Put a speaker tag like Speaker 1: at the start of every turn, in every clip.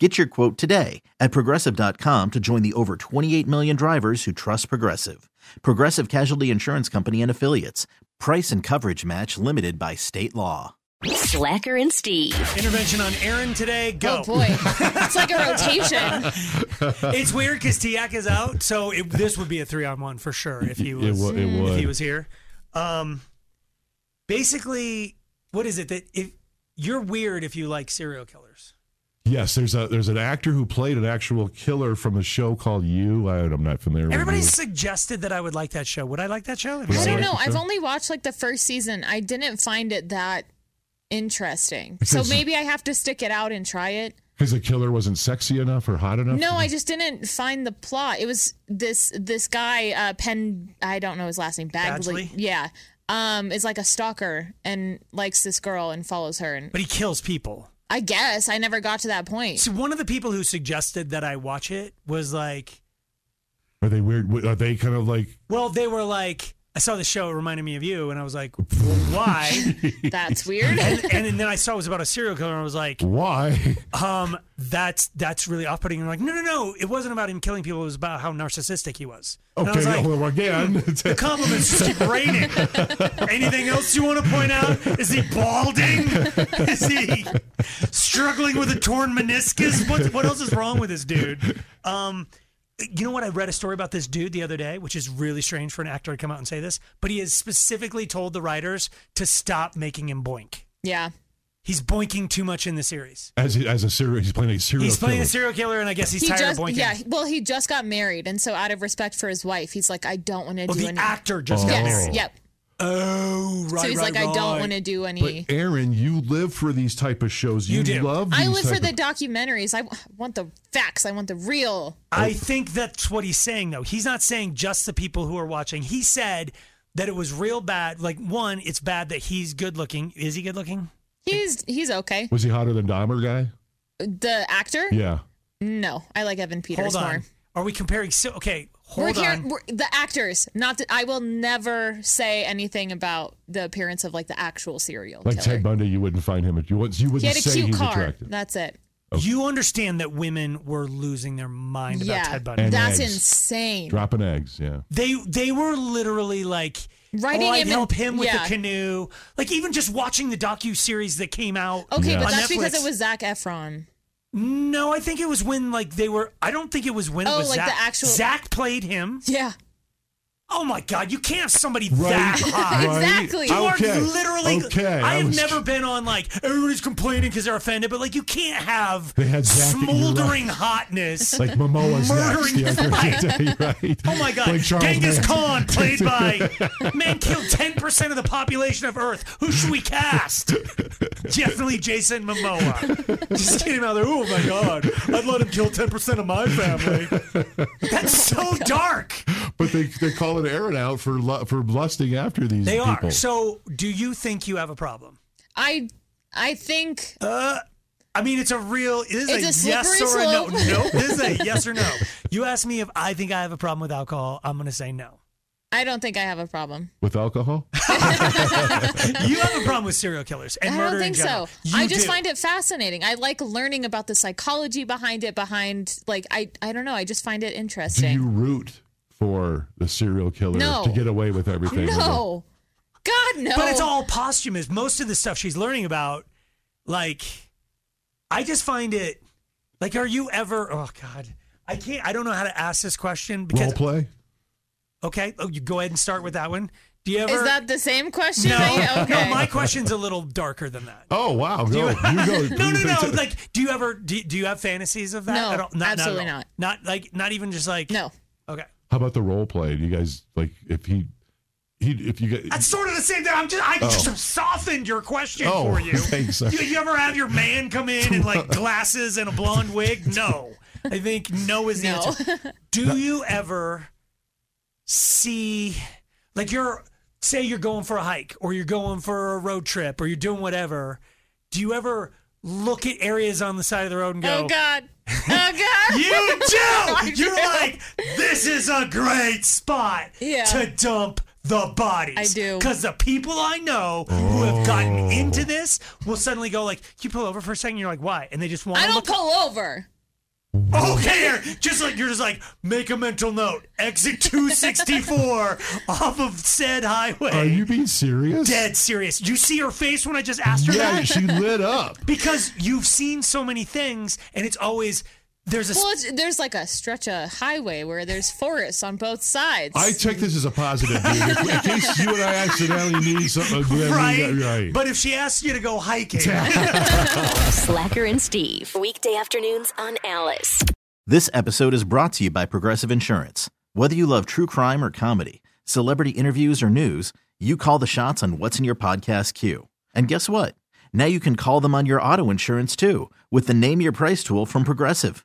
Speaker 1: Get your quote today at progressive.com to join the over 28 million drivers who trust Progressive. Progressive Casualty Insurance Company and Affiliates. Price and coverage match limited by state law.
Speaker 2: Slacker and Steve.
Speaker 3: Intervention on Aaron today. Go.
Speaker 4: Oh boy, it's like a rotation.
Speaker 3: It's weird because Tiaka's out, so it, this would be a three on one for sure if he
Speaker 5: It
Speaker 3: was
Speaker 5: wo- it
Speaker 3: if he
Speaker 5: would.
Speaker 3: was here. Um, basically, what is it that if you're weird if you like serial killers?
Speaker 5: Yes, there's a there's an actor who played an actual killer from a show called You. I, I'm not familiar.
Speaker 3: Everybody
Speaker 5: with
Speaker 3: suggested that I would like that show. Would I like that show? Have you
Speaker 4: I
Speaker 3: seen
Speaker 4: don't
Speaker 3: it?
Speaker 4: know. I've
Speaker 5: Sure.
Speaker 4: only watched like the first season. I didn't find it that interesting. So
Speaker 5: Because-
Speaker 4: maybe I have to stick it out and try it.
Speaker 5: because the killer wasn't sexy enough or hot enough.
Speaker 4: No, I just didn't find the plot. It was this this guy uh Penn I don't know his last name Bagley.
Speaker 3: Badgley?
Speaker 4: Yeah. Um is like a stalker and likes this girl and follows her and
Speaker 3: But he kills people.
Speaker 4: I guess I never got to that point.
Speaker 3: So one of the people who suggested that I watch it was like,
Speaker 5: are they weird? W- Are they kind of like?
Speaker 3: well, they were like, I saw the show. It reminded me of you, and I was like, well, why?
Speaker 4: That's weird.
Speaker 3: and, and then I saw it was about a serial killer, and I was like,
Speaker 5: Why?
Speaker 3: um, that's that's really off-putting. And I'm like, no, no, no, it wasn't about him killing people. It was about how narcissistic he was. And I
Speaker 5: Okay,
Speaker 3: was like,
Speaker 5: well, again, it's-
Speaker 3: the compliments just keep raining. Anything else you want to point out? Is he balding? Is he struggling with a torn meniscus? What what else is wrong with this dude? Um, you know what? I read a story about this dude the other day, which is really strange for an actor to come out and say this, but he has specifically told the writers to stop making him boink.
Speaker 4: yeah.
Speaker 3: He's boinking too much in the series.
Speaker 5: as he- as a serial, he's playing a serial.
Speaker 3: He's playing
Speaker 5: killer.
Speaker 3: a serial killer, and I guess he's
Speaker 4: he
Speaker 3: tired
Speaker 4: just
Speaker 3: of boinking.
Speaker 4: yeah, well he just got married and so out of respect for his wife, he's like I don't want to
Speaker 3: Oh,
Speaker 4: do
Speaker 3: the
Speaker 4: any
Speaker 3: actor just got
Speaker 4: Yes.
Speaker 5: Oh.
Speaker 3: married.
Speaker 4: Yep.
Speaker 3: Oh, right.
Speaker 4: so he's like, I don't want to do any.
Speaker 5: But Aaron, you live for these type of shows.
Speaker 3: You
Speaker 5: You,
Speaker 3: do.
Speaker 5: love.
Speaker 4: I
Speaker 5: these
Speaker 4: live for
Speaker 5: type
Speaker 4: the
Speaker 5: of-
Speaker 4: documentaries. I w- want the facts. I want the real.
Speaker 3: I think that's what he's saying, though. He's not saying just the people who are watching. He said that it was real bad. Like, one, it's bad that he's good looking. Is he good looking?
Speaker 4: He's he's okay.
Speaker 5: Was he hotter than Dahmer guy?
Speaker 4: The actor?
Speaker 5: Yeah.
Speaker 4: No, I like Evan Peters
Speaker 3: hold on.
Speaker 4: more.
Speaker 3: Are we comparing? So, okay, hold
Speaker 4: we're here.
Speaker 3: on.
Speaker 4: We're, the actors, not. The, I will never say anything about the appearance of like the actual serial
Speaker 5: Like
Speaker 4: killer.
Speaker 5: Ted Bundy, you wouldn't find him. You wouldn't. You
Speaker 4: he
Speaker 5: wouldn't
Speaker 4: had a
Speaker 5: say he
Speaker 4: cute
Speaker 5: was
Speaker 4: car.
Speaker 5: attractive.
Speaker 4: That's it.
Speaker 3: You understand that women were losing their mind about
Speaker 4: yeah,
Speaker 3: Ted Bundy.
Speaker 5: And
Speaker 4: that's
Speaker 5: eggs.
Speaker 4: insane.
Speaker 5: Dropping eggs. Yeah.
Speaker 3: They they were literally like
Speaker 4: Writing
Speaker 3: oh, I'd
Speaker 4: him in-
Speaker 3: help him with
Speaker 4: yeah.
Speaker 3: the canoe. Like even just watching the docu series that came out.
Speaker 4: Okay,
Speaker 5: Yeah.
Speaker 4: but
Speaker 3: On
Speaker 4: that's because
Speaker 3: Netflix.
Speaker 4: it was Zach Efron.
Speaker 3: No, I think it was when like they were. I don't think it was when it
Speaker 4: Oh,
Speaker 3: was
Speaker 4: like the
Speaker 3: Zach.
Speaker 4: actual-
Speaker 3: Zach played him.
Speaker 4: Yeah,
Speaker 3: Oh my God, you can't have somebody
Speaker 5: Right.
Speaker 3: that high.
Speaker 5: Right.
Speaker 4: Exactly.
Speaker 3: You
Speaker 5: Okay.
Speaker 3: are literally.
Speaker 5: Okay.
Speaker 3: I have
Speaker 5: was-
Speaker 3: never been on like everybody's complaining because they're offended, but like you can't have
Speaker 5: They had Zach at your
Speaker 3: smoldering
Speaker 5: right.
Speaker 3: hotness.
Speaker 5: Like Momoa's
Speaker 3: Murdering
Speaker 5: next. Yeah, right.
Speaker 3: Oh my God!
Speaker 5: Like Charles
Speaker 3: Genghis
Speaker 5: Manson.
Speaker 3: Khan, played by man, killed ten percent of the population of Earth. Who should we cast? Definitely Jason Momoa. Just get him out there. Oh my God! I'd let him kill ten percent of my family. That's
Speaker 4: Oh
Speaker 3: so dark.
Speaker 5: But they they call it Aaron out for lu- for lusting after these
Speaker 3: They
Speaker 5: people.
Speaker 3: are. So, do you think you have a problem?
Speaker 4: I I think
Speaker 3: I mean, it's a real. It is
Speaker 4: It's a
Speaker 3: a, yes or
Speaker 4: slippery
Speaker 3: a no.
Speaker 4: slope.
Speaker 3: No, this is a yes or no. You ask me if I think I have a problem with alcohol. I'm going to say no.
Speaker 4: I don't think I have a problem.
Speaker 5: with alcohol.
Speaker 3: You have a problem with serial killers and
Speaker 4: I
Speaker 3: murder
Speaker 4: don't
Speaker 3: in
Speaker 4: think
Speaker 3: general.
Speaker 4: so.
Speaker 3: You
Speaker 4: I just
Speaker 3: do.
Speaker 4: find it fascinating. I like learning about the psychology behind it, behind like I I don't know. I just find it
Speaker 5: Do you
Speaker 4: interesting.
Speaker 5: root for the serial killer
Speaker 4: No.
Speaker 5: to get away with everything?
Speaker 4: No, God no.
Speaker 3: But it's all posthumous. Most of the stuff she's learning about, like, I just find it. Like, are you ever? Oh God, I can't. I don't know how to ask this question
Speaker 5: Role
Speaker 3: because.
Speaker 5: play.
Speaker 3: Okay, oh, you go ahead and start with that one. Do you ever?
Speaker 4: Is that the same question?
Speaker 3: no,
Speaker 4: that you- okay.
Speaker 3: no. My question's a little darker than that.
Speaker 5: Oh wow! Go. You, go.
Speaker 3: No, no, no. Like, do you ever do, do you have fantasies of that?
Speaker 4: No,
Speaker 3: at all? Not- at
Speaker 4: absolutely
Speaker 3: all.
Speaker 4: not.
Speaker 3: Not like not even just like
Speaker 4: No.
Speaker 3: Okay,
Speaker 5: How about the role play? Do you guys like if he he if you get
Speaker 3: that's sort of the same thing. I'm just I
Speaker 5: Oh.
Speaker 3: just softened your question
Speaker 5: Oh,
Speaker 3: for you.
Speaker 5: thanks.
Speaker 3: Do you ever have your man come in in like glasses and a blonde wig? No, I think no is the
Speaker 4: No.
Speaker 3: answer. Do you ever see like you're say you're going for a hike or you're going for a road trip or you're doing whatever, do you ever look at areas on the side of the road and go,
Speaker 4: Oh God. Oh God.
Speaker 3: You do! You're
Speaker 4: do.
Speaker 3: like, this is a great spot
Speaker 4: Yeah.
Speaker 3: to dump the bodies.
Speaker 4: I do.
Speaker 3: Because the people I know who have
Speaker 5: Oh.
Speaker 3: gotten into this will suddenly go like, Can you pull over for a second? You're like, why? And they just want
Speaker 4: I
Speaker 3: to
Speaker 4: don't
Speaker 3: look
Speaker 4: pull over.
Speaker 3: Okay, or just like you're just like make a mental note. Exit 264 off of said highway.
Speaker 5: Are you being serious?
Speaker 3: dead serious? You see her face when I just asked her
Speaker 5: Yeah,
Speaker 3: that
Speaker 5: she lit up.
Speaker 3: because you've seen so many things, and it's always there's a
Speaker 4: Well, it's, there's like a stretch of highway where there's forests on both sides.
Speaker 5: I take this as a positive, dude. In case you and I accidentally need something,
Speaker 3: right,
Speaker 5: right.
Speaker 3: But if she asks you to go hiking,
Speaker 2: Slacker and Steve. Weekday afternoons on Alice.
Speaker 1: This episode is brought to you by Progressive Insurance. Whether you love true crime or comedy, celebrity interviews or news, you call the shots on what's in your podcast queue. And guess what? Now you can call them on your auto insurance too with the Name Your Price tool from Progressive.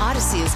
Speaker 6: Odyssey is